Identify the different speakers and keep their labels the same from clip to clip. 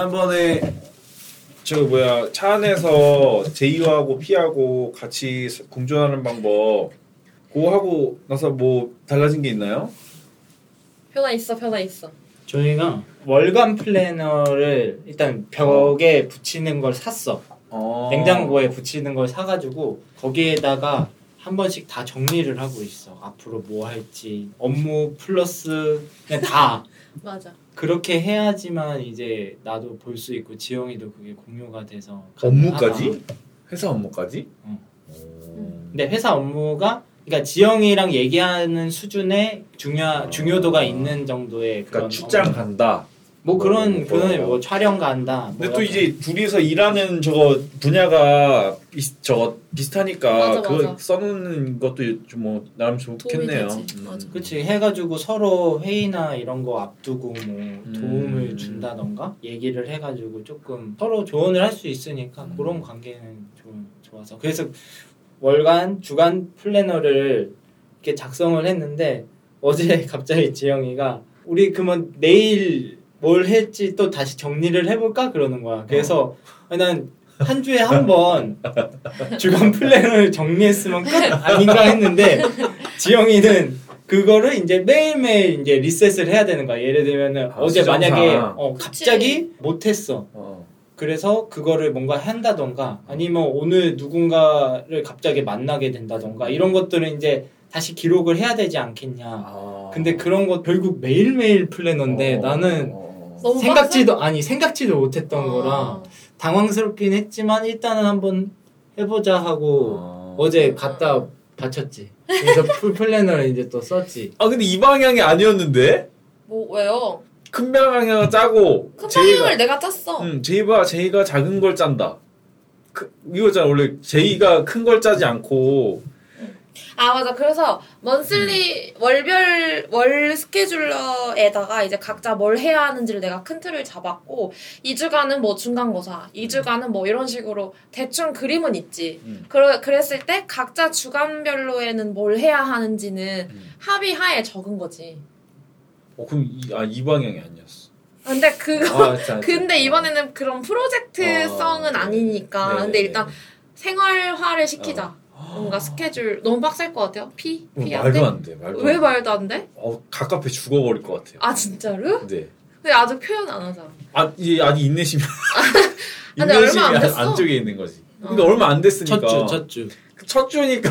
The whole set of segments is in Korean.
Speaker 1: 지난번에
Speaker 2: 저 뭐야 차 안에서 제이와하고 피하고 같이 사- 공존하는 방법 그거 하고 나서 뭐 달라진 게 있나요?
Speaker 3: 변화 있어, 변화 있어.
Speaker 4: 저희가 월간 플래너를 일단 벽에 붙이는 걸 샀어.
Speaker 2: 어...
Speaker 4: 냉장고에 뭐 붙이는 걸 사가지고 거기에다가 한 번씩 다 정리를 하고 있어. 앞으로 뭐 할지 업무 플러스 그냥 다
Speaker 3: 맞아.
Speaker 4: 어, 그렇게 해야지만 이제 나도 볼 수 있고 지영이도 그게 공유가 돼서
Speaker 2: 업무까지?
Speaker 4: 아.
Speaker 2: 회사 업무까지?
Speaker 4: 응.
Speaker 2: 오.
Speaker 4: 근데 회사 업무가 그러니까 지영이랑 얘기하는 수준의 중요 중요도가 있는 정도의
Speaker 2: 아. 그러니까
Speaker 4: 그런
Speaker 2: 출장
Speaker 4: 업무.
Speaker 2: 간다.
Speaker 4: 뭐 그런
Speaker 2: 뭐, 뭐,
Speaker 4: 그런
Speaker 2: 뭐.
Speaker 4: 뭐 촬영 간다.
Speaker 2: 근데
Speaker 4: 뭐
Speaker 2: 또
Speaker 4: 약간
Speaker 2: 이제 둘이서 일하는 저거 분야가 비슷 저거 비슷하니까
Speaker 3: 맞아,
Speaker 2: 그거
Speaker 3: 맞아.
Speaker 2: 써놓는 것도 좀 뭐 나름 좋겠네요. 음.
Speaker 3: 도움이 되지. 맞아.
Speaker 4: 그치 해가지고 서로 회의나 이런 거 앞두고 뭐
Speaker 2: 음.
Speaker 4: 도움을 준다던가 얘기를 해가지고 조금 서로 조언을 할 수 있으니까
Speaker 2: 음.
Speaker 4: 그런 관계는 좀 좋아서 그래서 월간 주간 플래너를 이렇게 작성을 했는데 어제 갑자기 지영이가 우리 그러면 내일 뭘 했지 또 다시 정리를 해볼까 그러는 거야 그래서 난 한 주에 한 번 주간 플래너를 정리했으면 끝 아닌가 했는데 지영이는 그거를 이제 매일매일 이제 리셋을 해야 되는 거야. 예를 들면은
Speaker 2: 아,
Speaker 4: 어제
Speaker 2: 수정상.
Speaker 4: 만약에 어,
Speaker 3: 그치.
Speaker 4: 갑자기 못했어.
Speaker 2: 어.
Speaker 4: 그래서 그거를 뭔가 한다던가 아니면 오늘 누군가를 갑자기 만나게 된다던가 이런 것들은 이제 다시 기록을 해야 되지 않겠냐.
Speaker 2: 아.
Speaker 4: 근데 그런 거 결국 매일매일 플래너인데
Speaker 2: 어.
Speaker 4: 나는
Speaker 2: 어.
Speaker 3: 너무
Speaker 4: 생각지도 아니 생각지도 못했던
Speaker 3: 아.
Speaker 4: 거라 당황스럽긴 했지만 일단은 한번 해보자 하고
Speaker 2: 어.
Speaker 4: 어제 갔다 바쳤지. 그래서 풀 플래너를 이제 또 썼지.
Speaker 2: 아 근데 이 방향이 아니었는데
Speaker 3: 뭐 왜요?
Speaker 2: 큰 방향을 짜고
Speaker 3: 큰
Speaker 2: 제이가-
Speaker 3: 방향을 내가 짰어.
Speaker 2: 응 제이가 제이가 작은 걸 짠다. 그, 이거잖아 원래 제이가 큰 걸 짜지 않고
Speaker 3: 아 맞아. 그래서 먼슬리
Speaker 4: 음.
Speaker 3: 월별 월 스케줄러에다가 이제 각자 뭘 해야 하는지를 내가 큰 틀을 잡았고 2주간은 뭐 중간고사,
Speaker 4: 음.
Speaker 3: 2주간은 뭐 이런 식으로 대충 그림은 있지.
Speaker 2: 음.
Speaker 3: 그러, 그랬을 때 각자 주간별로에는 뭘 해야 하는지는
Speaker 2: 음.
Speaker 3: 합의하에 적은 거지.
Speaker 2: 어 그럼 이, 아, 이 방향이 아니었어.
Speaker 3: 근데 그거
Speaker 2: 아, 진짜, 진짜.
Speaker 3: 근데 이번에는 그런 프로젝트성은
Speaker 2: 아,
Speaker 3: 아니니까
Speaker 2: 네네네. 아.
Speaker 3: 근데 일단 생활화를 시키자. 뭔가 스케줄 너무 빡셀 것 같아요. 피?
Speaker 2: 어,
Speaker 3: 피 안 돼?
Speaker 2: 말도 안 돼. 말도
Speaker 3: 왜
Speaker 2: 안 돼.
Speaker 3: 말도 안 돼?
Speaker 2: 어, 갑갑해 죽어버릴 것 같아요.
Speaker 3: 아 진짜로?
Speaker 2: 네.
Speaker 3: 근데 아직 표현 안 하잖아.
Speaker 2: 아, 이 아니 인내심이
Speaker 3: 근데 얼마 안
Speaker 2: 인내심이 안-
Speaker 3: 됐어.
Speaker 2: 안쪽에 있는 거지. 근데
Speaker 3: 어.
Speaker 2: 얼마 안 됐으니까
Speaker 4: 첫주 첫주.
Speaker 2: 첫 주니까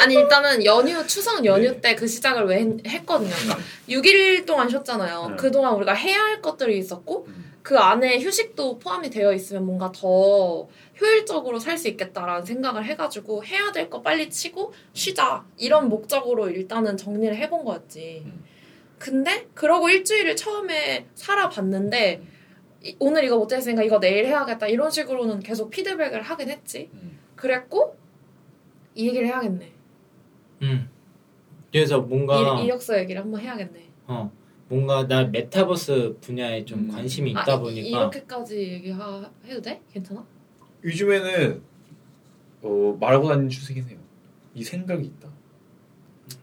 Speaker 3: 아니 일단은 연휴 추석 연휴
Speaker 2: 네. 음.
Speaker 3: 때 그 시작을 왜 했- 했거든요. 그러니까 6일 동안 쉬었잖아요.
Speaker 2: 네.
Speaker 3: 그동안 우리가 해야 할 것들이 있었고
Speaker 2: 음.
Speaker 3: 그 안에 휴식도 포함이 되어 있으면 뭔가 더 효율적으로 살 수 있겠다라는 생각을 해가지고 해야 될 거 빨리 치고 쉬자 이런 목적으로 일단은 정리를 해본 거였지.
Speaker 2: 음.
Speaker 3: 근데 그러고 일주일을 처음에 살아봤는데 이- 오늘 이거 못했으니까 이거 내일 해야겠다 이런 식으로는 계속 피드백을 하긴 했지.
Speaker 2: 음.
Speaker 3: 그랬고 이 얘기를 해야겠네.
Speaker 4: 음. 그래서 뭔가
Speaker 3: 이, 이력서 얘기를 한번 해야겠네.
Speaker 4: 어 뭔가 나 메타버스 분야에 좀
Speaker 2: 음.
Speaker 4: 관심이 있다
Speaker 3: 아, 이-
Speaker 4: 보니까
Speaker 3: 이렇게까지 얘기해도 돼? 괜찮아?
Speaker 2: 요즘에는 어, 말하고 다니는 추세긴 해요. 이 생각이 있다.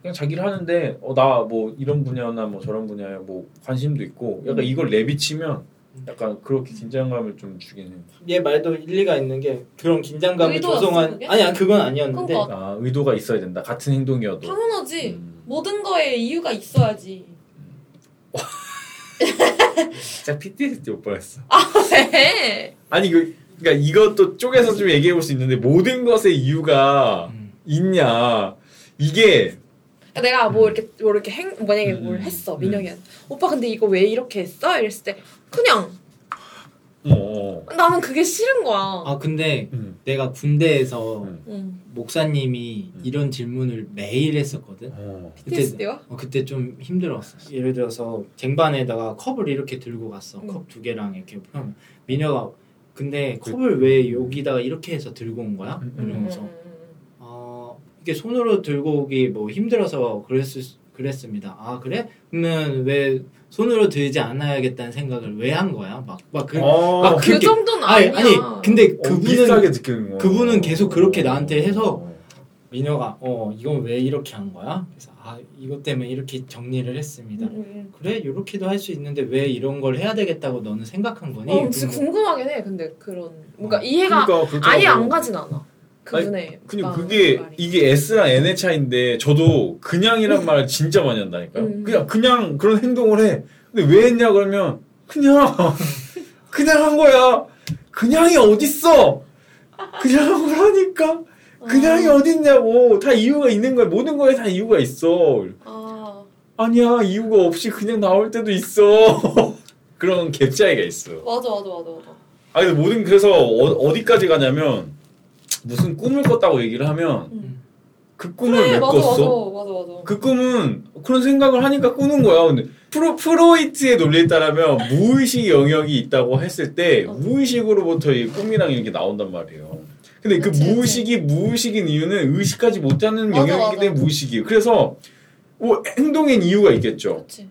Speaker 2: 그냥 자기를 하는데 어, 나 뭐 이런 분야나 뭐 저런 분야에 뭐 관심도 있고 약간 이걸 내비치면 약간 그렇게 긴장감을 좀 주긴 해요.
Speaker 4: 얘 말도 일리가 있는 게 그런 긴장감이
Speaker 3: 의도였어,
Speaker 4: 조성한
Speaker 3: 그게?
Speaker 4: 아니 아니, 그건 아니었는데
Speaker 3: 그건
Speaker 2: 아, 의도가 있어야 된다. 같은
Speaker 4: 뭐.
Speaker 2: 행동이어도.
Speaker 3: 당연하지.
Speaker 2: 음,
Speaker 3: 모든 거에 이유가 있어야지.
Speaker 2: 진짜 PTSD 올 뻔했어.
Speaker 3: 왜?
Speaker 2: 아니 그 그러니까 이것도 쪼개서 좀 얘기해 볼 수 있는데 모든 것에 이유가
Speaker 4: 음.
Speaker 2: 있냐 이게
Speaker 3: 내가 뭐 이렇게 뭐 이렇게 행 만약에 뭘
Speaker 2: 음.
Speaker 3: 했어 민영이한테 오빠 근데 이거 왜 이렇게 했어? 이랬을 때 그냥
Speaker 2: 어.
Speaker 3: 나는 그게 싫은 거야.
Speaker 4: 아 근데
Speaker 2: 음.
Speaker 4: 내가 군대에서
Speaker 2: 음.
Speaker 3: 응.
Speaker 4: 목사님이
Speaker 2: 음.
Speaker 4: 이런 질문을 매일 했었거든
Speaker 2: 어.
Speaker 3: PTSD요?
Speaker 4: 어, 그때 좀 힘들었어. 예를 들어서 쟁반에다가 컵을 이렇게 들고 갔어. 컵 두 개랑 이렇게. 그럼 미녀가 근데 컵을 왜 여기다가 이렇게 해서 들고 온 거야?
Speaker 2: 음, 음.
Speaker 4: 이러면서 어, 이게 손으로 들고 오기 뭐 힘들어서 그랬을 수- 그랬습니다. 아 그래? 그러면 왜 손으로 들지 않아야겠다는 생각을 왜 한 거야? 막막그
Speaker 2: 어.
Speaker 4: 막
Speaker 3: 그
Speaker 4: 그렇게-
Speaker 3: 정도는
Speaker 4: 아니
Speaker 3: 아니야.
Speaker 4: 아니 근데
Speaker 2: 어,
Speaker 4: 그분은
Speaker 2: 비슷하게 느끼는 어. 거.
Speaker 4: 그분은 계속 그렇게 나한테 해서 미녀가 어 이건 왜 이렇게 한 거야? 그래서 아 이것 때문에 이렇게 정리를 했습니다.
Speaker 3: 음,
Speaker 4: 그래 이렇게도 할 수 있는데 왜 이런 걸 해야 되겠다고 너는 생각한
Speaker 3: 음.
Speaker 4: 거니?
Speaker 3: 어, 진짜
Speaker 4: 그런 거.
Speaker 3: 궁금하긴 해. 근데 그런 뭔가
Speaker 4: 어.
Speaker 3: 이해가
Speaker 2: 그러니까
Speaker 3: 아예
Speaker 4: 뭐.
Speaker 3: 안 가진 않아. 그분의
Speaker 2: 그냥
Speaker 3: 마음,
Speaker 2: 그게
Speaker 3: 말이.
Speaker 2: 이게 S랑 N의 차인데 저도 그냥이란 말을 진짜 많이 한다니까요.
Speaker 3: 음.
Speaker 2: 그냥 그냥 그런 행동을 해. 근데 왜 했냐 그러면 그냥 그냥 한 거야. 그냥이 어딨어? 그냥 한 거라니까. 그냥이
Speaker 3: 아.
Speaker 2: 어딨냐고. 다 이유가 있는 거야. 모든 거에 다 이유가 있어.
Speaker 3: 아,
Speaker 2: 아니야 이유가 없이 그냥 나올 때도 있어. 그런 갭 차이가 있어.
Speaker 3: 맞아, 맞아, 맞아, 맞아.
Speaker 2: 아 근데 모든 그래서 어, 디까지 가냐면 무슨 꿈을 꿨다고 얘기를 하면
Speaker 3: 음.
Speaker 2: 그 꿈을 왜
Speaker 3: 맞아, 맞아,
Speaker 2: 꿨어?
Speaker 3: 맞아, 맞아.
Speaker 2: 그 꿈은 그런 생각을 하니까 꾸는 거야. 근데 프로 프로이트의 논리에 따르면 무의식 영역이 있다고 했을 때
Speaker 3: 맞아.
Speaker 2: 무의식으로부터 이 꿈이랑 이렇게 나온단 말이에요. 근데 그
Speaker 3: 그치, 그치.
Speaker 2: 무의식이 무의식인 이유는 의식하지 못하는
Speaker 3: 맞아,
Speaker 2: 영역이기
Speaker 3: 맞아.
Speaker 2: 때문에 무의식이에요. 그래서 뭐 행동엔 이유가 있겠죠.
Speaker 3: 그렇지.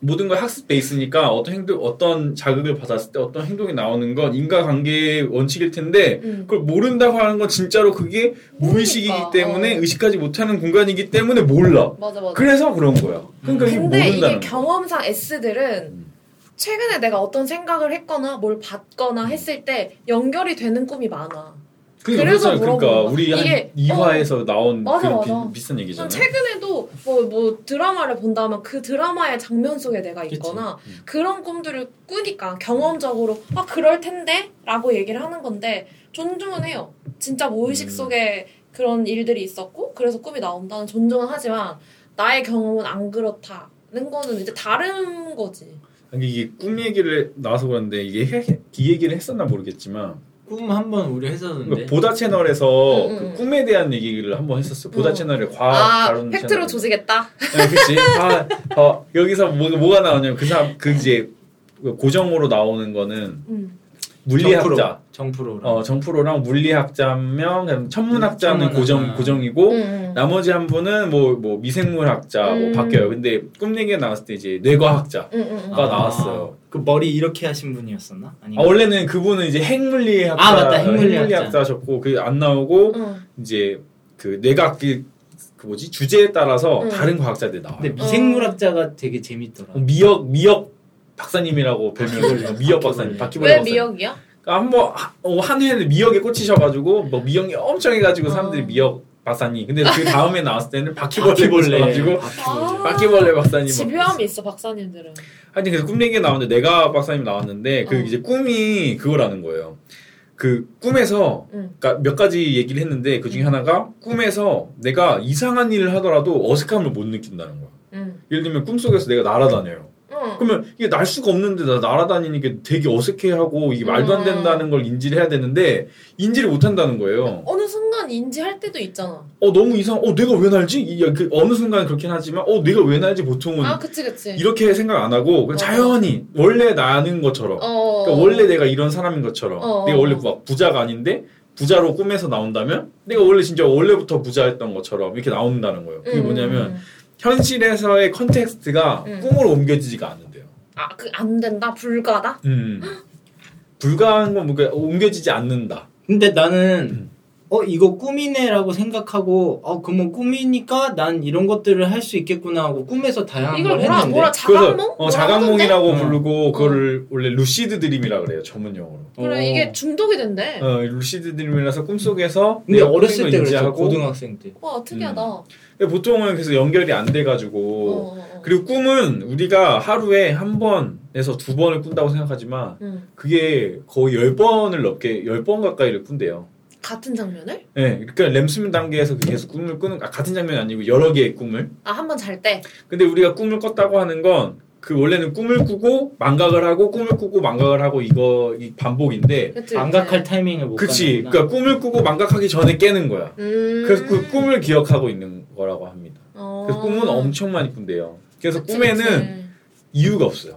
Speaker 2: 모든 걸 학습돼 있으니까 어떤 행동, 어떤 자극을 받았을 때 어떤 행동이 나오는 건 인과관계의 원칙일 텐데
Speaker 3: 음.
Speaker 2: 그걸 모른다고 하는 건 진짜로 그게 무의식이기
Speaker 3: 모르니까,
Speaker 2: 때문에
Speaker 3: 어.
Speaker 2: 의식하지 못하는 공간이기 때문에 몰라.
Speaker 3: 맞아, 맞아.
Speaker 2: 그래서 그런 거야. 그러니까 이게
Speaker 3: 근데
Speaker 2: 모른다는
Speaker 3: 이게
Speaker 2: 거야.
Speaker 3: 경험상 S들은
Speaker 2: 음.
Speaker 3: 최근에 내가 어떤 생각을 했거나 뭘 봤거나
Speaker 2: 음.
Speaker 3: 했을 때 연결이 되는 꿈이 많아.
Speaker 2: 그러니까
Speaker 3: 그래서
Speaker 2: 그래서 그러니까
Speaker 3: 물어보는
Speaker 2: 우리
Speaker 3: 거야.
Speaker 2: 한
Speaker 3: 이게-
Speaker 2: 2화에서 나온
Speaker 3: 맞아,
Speaker 2: 그 비-
Speaker 3: 맞아.
Speaker 2: 비슷한
Speaker 3: 그럼
Speaker 2: 얘기잖아요.
Speaker 3: 최근에도 뭐, 뭐 드라마를 본다면 그 드라마의 장면 속에 내가
Speaker 4: 그치.
Speaker 3: 있거나
Speaker 2: 음.
Speaker 3: 그런 꿈들을 꾸니까 경험적으로 아 그럴 텐데 라고 얘기를 하는 건데 존중은 해요. 진짜 무의식
Speaker 2: 음.
Speaker 3: 속에 그런 일들이 있었고 그래서 꿈이 나온다는 존중은 하지만 나의 경험은 안 그렇다는 거는 이제 다른 거지.
Speaker 2: 아니, 이게 꿈 얘기를 나와서 그런데 이게 해- 이 얘기를 했었나 모르겠지만
Speaker 4: 꿈 한 번 우리
Speaker 2: 그러니까
Speaker 4: 했었는데
Speaker 2: 보다 채널에서
Speaker 3: 음, 음.
Speaker 2: 그 꿈에 대한 얘기를 한번 했었어요. 보다
Speaker 3: 음.
Speaker 2: 채널의 과학
Speaker 3: 아,
Speaker 2: 다루는
Speaker 3: 팩트로
Speaker 2: 채널인데.
Speaker 3: 조지겠다.
Speaker 2: 네, 그치. 아, 어, 여기서 뭐, 뭐가 나오냐면 그 사람 그 이제 고정으로 나오는 거는
Speaker 3: 음.
Speaker 2: 물리학자.
Speaker 4: 정프로
Speaker 2: 어, 정프로랑 물리학자 한 명, 그다음 천문학자 는
Speaker 4: 천문학.
Speaker 2: 고정 고정이고
Speaker 3: 음.
Speaker 2: 어? 나머지 한 분은 뭐 뭐 미생물학자 뭐
Speaker 3: 음.
Speaker 2: 바뀌어요. 근데 꿈 얘기가 나왔을 때 이제 뇌과학자.
Speaker 3: 음, 음, 음.
Speaker 2: 아, 나왔어요.
Speaker 4: 그 머리 이렇게 하신 분이었었나? 아니
Speaker 2: 아, 원래는 그분은 이제 핵물리학자,
Speaker 4: 아, 맞다. 핵물리학자.
Speaker 2: 셨고 그 안 나오고
Speaker 3: 음.
Speaker 2: 이제 그 뇌과학 그, 그 뭐지 주제에 따라서
Speaker 3: 음.
Speaker 2: 다른 과학자들이 나와요. 어,
Speaker 4: 근데 미생물학자가 되게 재밌더라.
Speaker 2: 미역 미역 박사님이라고 별명이 미역 박사님 바퀴벌레
Speaker 3: 왜
Speaker 2: 박사님
Speaker 3: 미역이야?
Speaker 2: 그러니까 한번 어, 한 회는 미역에 꽂히셔가지고 뭐 미역이 엄청 해가지고 사람들이
Speaker 3: 어.
Speaker 2: 미역 박사님 근데 그 다음에 나왔을 때는 바퀴벌레 꽂혀가지고
Speaker 3: 아.
Speaker 2: 바퀴벌레 박사님 막
Speaker 3: 집요함이
Speaker 2: 그랬어요.
Speaker 3: 있어 박사님들은.
Speaker 2: 하여튼 그래서 꿈 얘기 나오는데 내가 박사님 나왔는데 그
Speaker 3: 어.
Speaker 2: 이제 꿈이 그거라는 거예요 그 꿈에서
Speaker 3: 음.
Speaker 2: 그러니까 몇 가지 얘기를 했는데 그 중에 하나가 꿈에서 내가 이상한 일을 하더라도 어색함을 못 느낀다는 거야
Speaker 3: 음.
Speaker 2: 예를 들면 꿈속에서 내가 날아다녀요
Speaker 3: 음.
Speaker 2: 그러면 이게 날 수가 없는데 나 날아다니니까 되게 어색해하고 이게 말도
Speaker 3: 음.
Speaker 2: 안 된다는 걸 인지를 해야 되는데 인지를 못 한다는 거예요.
Speaker 3: 어느 순간 인지할 때도 있잖아.
Speaker 2: 어 너무 이상. 어 내가 왜 날지? 이- 야, 그 어느 순간 그렇긴 하지만 어 내가 왜 날지 보통은
Speaker 3: 아 그치 그치.
Speaker 2: 이렇게 생각 안 하고 그냥
Speaker 3: 어.
Speaker 2: 자연히 원래 나는 것처럼.
Speaker 3: 어.
Speaker 2: 그러니까 원래 내가 이런 사람인 것처럼.
Speaker 3: 어.
Speaker 2: 내가 원래 막 부자가 아닌데 부자로 꿈에서 나온다면 내가 원래 진짜 원래부터 부자였던 것처럼 이렇게 나온다는 거예요. 그게
Speaker 3: 음,
Speaker 2: 뭐냐면
Speaker 3: 음.
Speaker 2: 현실에서의 컨텍스트가
Speaker 3: 음.
Speaker 2: 꿈으로 옮겨지지가 않는데요.
Speaker 3: 아그 안 된다 불가다.
Speaker 2: 음. 불가한 건 뭔가 옮겨지지 않는다.
Speaker 4: 근데 나는
Speaker 2: 음.
Speaker 4: 어 이거 꿈이네라고 생각하고 어 그러면 꿈이니까 난 이런 것들을 할 수 있겠구나 하고 꿈에서 다양한
Speaker 3: 이걸
Speaker 4: 걸
Speaker 3: 뭐라
Speaker 4: 했는데
Speaker 3: 뭐라 자각몽?
Speaker 2: 아, 어, 자각몽이라고
Speaker 4: 하던데? 어.
Speaker 2: 부르고 그거를 원래 루시드 드림이라 그래요 전문 용어로.
Speaker 3: 그래 이게 중독이 된대.
Speaker 2: 어, 루시드 드림이라서 꿈속에서
Speaker 4: 네. 음. 근데
Speaker 2: 내가
Speaker 4: 어렸을
Speaker 2: 꿈을
Speaker 4: 때 그랬어
Speaker 2: 인지하고
Speaker 4: 고등학생 때
Speaker 3: 와 특이하다.
Speaker 2: 음.
Speaker 3: 어,
Speaker 2: 근데 보통은 그래서 연결이 안 돼가지고
Speaker 3: 어, 어.
Speaker 2: 뭐, 그리고 꿈은 우리가 하루에 한 번에서 두 번을 꾼다고 생각하지만
Speaker 3: 음.
Speaker 2: 그게 거의 열 번을 넘게 열 번 가까이를 꾼대요.
Speaker 3: 같은 장면을?
Speaker 2: 예, 그러니까 램수면 단계에서 그 계속 꿈을 꾸는 아, 같은 장면이 아니고 여러 개의 꿈을
Speaker 3: 아 한 번 잘 때.
Speaker 2: 근데 우리가 꿈을 꿨다고 하는 건 그 원래는 꿈을 꾸고 망각을 하고 꿈을 꾸고 망각을 하고 이거 이 반복인데
Speaker 3: 그치, 그치.
Speaker 4: 망각할 타이밍을 못
Speaker 2: 그치
Speaker 4: 가는구나.
Speaker 2: 그러니까 꿈을 꾸고 망각하기 전에 깨는 거야
Speaker 3: 음.
Speaker 2: 그래서 그 꿈을 기억하고 있는 거라고 합니다
Speaker 3: 어.
Speaker 2: 그래서 꿈은 엄청 많이 꾼대요 그래서
Speaker 3: 그치,
Speaker 2: 꿈에는
Speaker 3: 그치.
Speaker 2: 이유가 없어요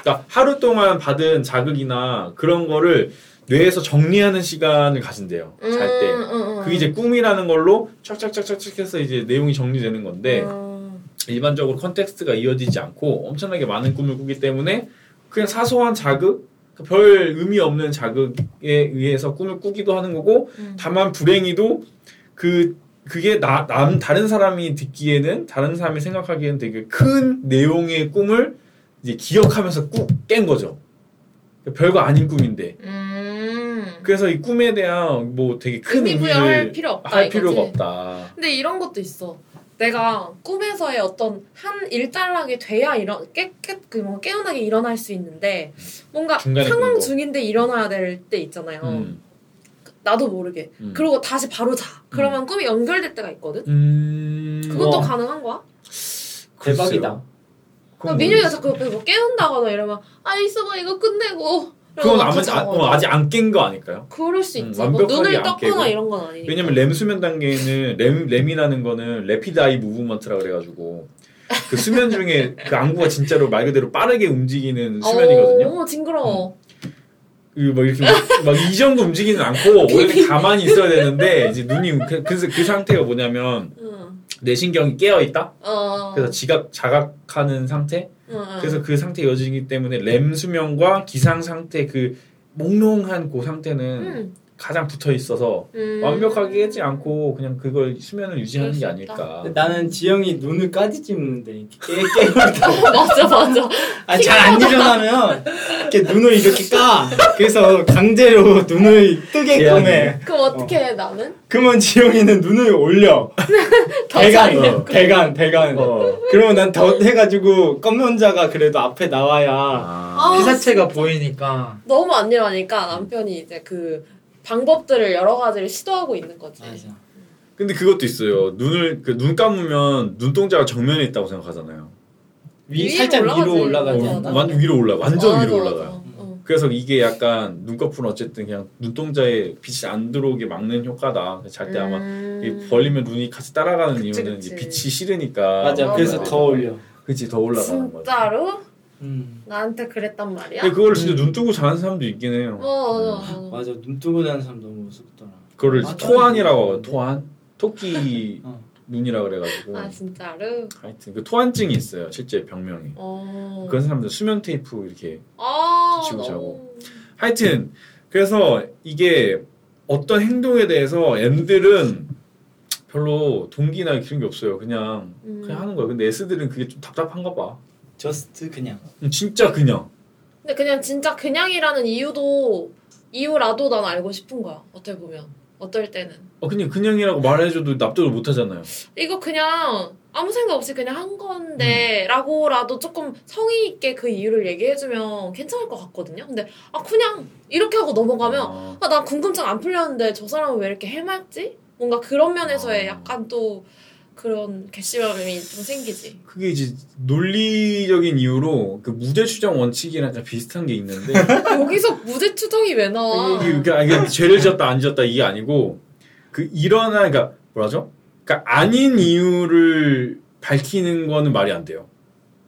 Speaker 2: 그러니까 하루 동안 받은 자극이나 그런 거를 뇌에서 정리하는 시간을 가진대요 잘 때
Speaker 3: 음, 음, 음.
Speaker 2: 그게 이제 꿈이라는 걸로 착착착착착 해서 이제 내용이 정리되는 건데
Speaker 3: 음.
Speaker 2: 일반적으로 컨텍스트가 이어지지 않고 엄청나게 많은 꿈을 꾸기 때문에 그냥 사소한 자극, 그별 의미 없는 자극에 의해서 꿈을 꾸기도 하는 거고
Speaker 3: 음.
Speaker 2: 다만 불행히도 그 그게 나, 남 다른 사람이 듣기에는 다른 사람이 생각하기에는 되게 큰 내용의 꿈을 이제 기억하면서 꾹 깬 거죠. 그러니까 별거 아닌 꿈인데.
Speaker 3: 음.
Speaker 2: 그래서 이 꿈에 대한 뭐 되게 큰
Speaker 3: 의미
Speaker 2: 의미를
Speaker 3: 부여할 필요 없다,
Speaker 2: 할 필요가
Speaker 3: 이거지.
Speaker 2: 없다.
Speaker 3: 근데 이런 것도 있어. 내가 꿈에서의 어떤 한 일단락이 돼야 일어 깨끗 그뭐 깨어나게 일어날 수 있는데 뭔가
Speaker 2: 중간에
Speaker 3: 상황
Speaker 2: 끊고.
Speaker 3: 중인데 일어나야 될 때 있잖아요.
Speaker 2: 음.
Speaker 3: 나도 모르게.
Speaker 2: 음.
Speaker 3: 그러고 다시 바로 자. 그러면 꿈이 연결될 때가 있거든.
Speaker 2: 음.
Speaker 3: 그것도
Speaker 4: 어.
Speaker 3: 가능한 거야?
Speaker 2: 그러니까 글쎄요.
Speaker 4: 대박이다.
Speaker 2: 그건
Speaker 3: 민현이가
Speaker 2: 모르겠어.
Speaker 3: 자꾸 옆에서 뭐 깨운다거나 이러면 아 있어봐 이거 끝내고.
Speaker 2: 그건
Speaker 3: 이러고
Speaker 2: 아마
Speaker 3: 자고.
Speaker 2: 아, 어, 아직 안 깬 거 아닐까요?
Speaker 3: 그럴 수 있지.
Speaker 2: 음,
Speaker 3: 뭐
Speaker 2: 완벽하게
Speaker 3: 눈을
Speaker 2: 안
Speaker 3: 떴거나
Speaker 2: 깨고.
Speaker 3: 이런 건 아니니까.
Speaker 2: 왜냐면 램 수면 단계에는 램 램이라는 거는 래피드 아이 무브먼트라 그래가지고 그 수면 중에 그 안구가 진짜로 말 그대로 빠르게 움직이는 수면이거든요.
Speaker 3: 어, 징그러워.
Speaker 2: 그막 뭐 이렇게 막, 막 이전도 움직이는 않고 원래 가만히 있어야 되는데 이제 눈이 그, 그, 그 상태가 뭐냐면
Speaker 3: 응.
Speaker 2: 뇌신경이 깨어 있다.
Speaker 3: 어.
Speaker 2: 음. 그래서 지각 자각하는 상태.
Speaker 3: 응, 응.
Speaker 2: 그래서 그 상태 여지기 때문에 렘 수면과 기상 상태 그 몽롱한 그 상태는
Speaker 3: 음,
Speaker 2: 가장 붙어 있어서
Speaker 3: 음.
Speaker 2: 완벽하게 하지 않고 그냥 그걸 수면을 유지하는 게
Speaker 3: 그럴 수 있다.
Speaker 2: 아닐까.
Speaker 4: 근데 나는 지영이 눈을 까지 찝는데 이렇게 깨 깨고
Speaker 3: 맞아 맞아.
Speaker 4: 아잘안 일어나면 이렇게 눈을 이렇게 까 그래서 강제로 눈을 뜨게끔 해
Speaker 3: 그럼 어떻게 해 나는?
Speaker 4: 그러면 지영이는 눈을 올려
Speaker 3: 더
Speaker 4: 대간
Speaker 2: 자려고.
Speaker 4: 대간 대간
Speaker 2: 어.
Speaker 4: 그러면 난 더 해가지고 검은 자가 그래도 앞에 나와야
Speaker 2: 아.
Speaker 3: 아,
Speaker 4: 피사체가 보이니까
Speaker 3: 너무 안 일어나니까 남편이 이제 그 방법들을 여러 가지를 시도하고 있는 거지.
Speaker 4: 맞아
Speaker 2: 근데 그것도 있어요. 눈을 그 눈 감으면 눈동자가 정면에 있다고 생각하잖아요.
Speaker 4: 위
Speaker 3: 위로
Speaker 4: 살짝 위로
Speaker 3: 올라가지.
Speaker 4: 올라가지
Speaker 3: 맞아,
Speaker 2: 어,
Speaker 3: 맞아.
Speaker 2: 완전 위로 올라, 완전
Speaker 3: 맞아,
Speaker 2: 위로
Speaker 3: 맞아. 어.
Speaker 2: 올라가요.
Speaker 3: 응.
Speaker 2: 그래서 이게 약간 눈꺼풀은 어쨌든 그냥 눈동자에 빛이 안 들어오게 막는 효과다. 잘 때 아마
Speaker 3: 음.
Speaker 2: 이게 벌리면 눈이 같이 따라가는
Speaker 3: 그치,
Speaker 2: 이유는
Speaker 3: 그치.
Speaker 2: 이제 빛이 싫으니까.
Speaker 4: 맞아
Speaker 2: 어.
Speaker 4: 그래서 더 올려
Speaker 2: 그치 더 올라가는 거죠.
Speaker 3: 진짜로
Speaker 4: 음
Speaker 3: 나한테 그랬단 말이야?
Speaker 2: 근데 그걸 그, 음. 진짜
Speaker 4: 음.
Speaker 2: 눈 뜨고 자는 사람도 있긴 해요. 네.
Speaker 3: 어, 어, 어.
Speaker 4: 맞아 눈 뜨고 자는 사람 너무 무섭더라
Speaker 2: 그거를
Speaker 4: 맞아. 음.
Speaker 2: 토안이라고 해요. 토안? 토끼
Speaker 4: 어.
Speaker 2: 눈이라 그래가지고
Speaker 3: 아 진짜로?
Speaker 2: 하여튼 그 토안증이 있어요. 실제 병명이.
Speaker 3: 어.
Speaker 2: 그런 사람들 수면 테이프 이렇게.
Speaker 3: 아
Speaker 2: 붙이고
Speaker 3: 너무.
Speaker 2: 자고. 하여튼 그래서 이게 어떤 행동에 대해서 M들은 별로 동기나 그런 게 없어요. 그냥
Speaker 3: 음.
Speaker 2: 그냥 하는 거야. 근데 S들은 그게 좀 답답한가 봐. 음,
Speaker 4: 저스트 그냥
Speaker 2: 진짜 그냥.
Speaker 3: 근데 그냥 진짜 그냥이라는 이유도 이유라도 난 알고 싶은 거야. 어떻게 보면 어떨 때는.
Speaker 2: 어 그냥 그냥이라고 말해줘도 납득을 못 하잖아요.
Speaker 3: 이거 그냥 아무 생각 없이 그냥 한 건데 라고라도 조금 성의 있게 그 이유를 얘기해주면 괜찮을 것 같거든요. 근데 아 그냥 이렇게 하고 넘어가면
Speaker 2: 아.
Speaker 3: 아, 나 궁금증 안 풀렸는데 저 사람은 왜 이렇게 해맑지? 뭔가 그런 면에서의
Speaker 2: 아.
Speaker 3: 약간 또 그런 괘씸함이 좀 생기지.
Speaker 2: 그게 이제 논리적인 이유로 그 무죄 추정 원칙이랑 좀 비슷한 게 있는데
Speaker 3: 여기서 무죄 추정이 왜 나와?
Speaker 2: 아. 이게, 그러니까 이게 죄를 지었다 안 지었다 이게 아니고 그 일어나 그러니까 뭐라죠? 그러니까 아닌 이유를 밝히는 거는 말이 안 돼요.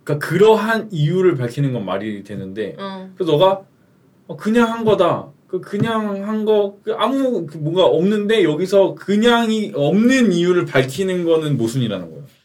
Speaker 2: 그러니까 그러한 이유를 밝히는 건 말이 되는데
Speaker 3: 어.
Speaker 2: 그래서 너가 어, 그냥 한 거다. 그 그냥 한 거 아무 그 뭔가 없는데 여기서 그냥이 없는 이유를 밝히는 거는 모순이라는 거예요.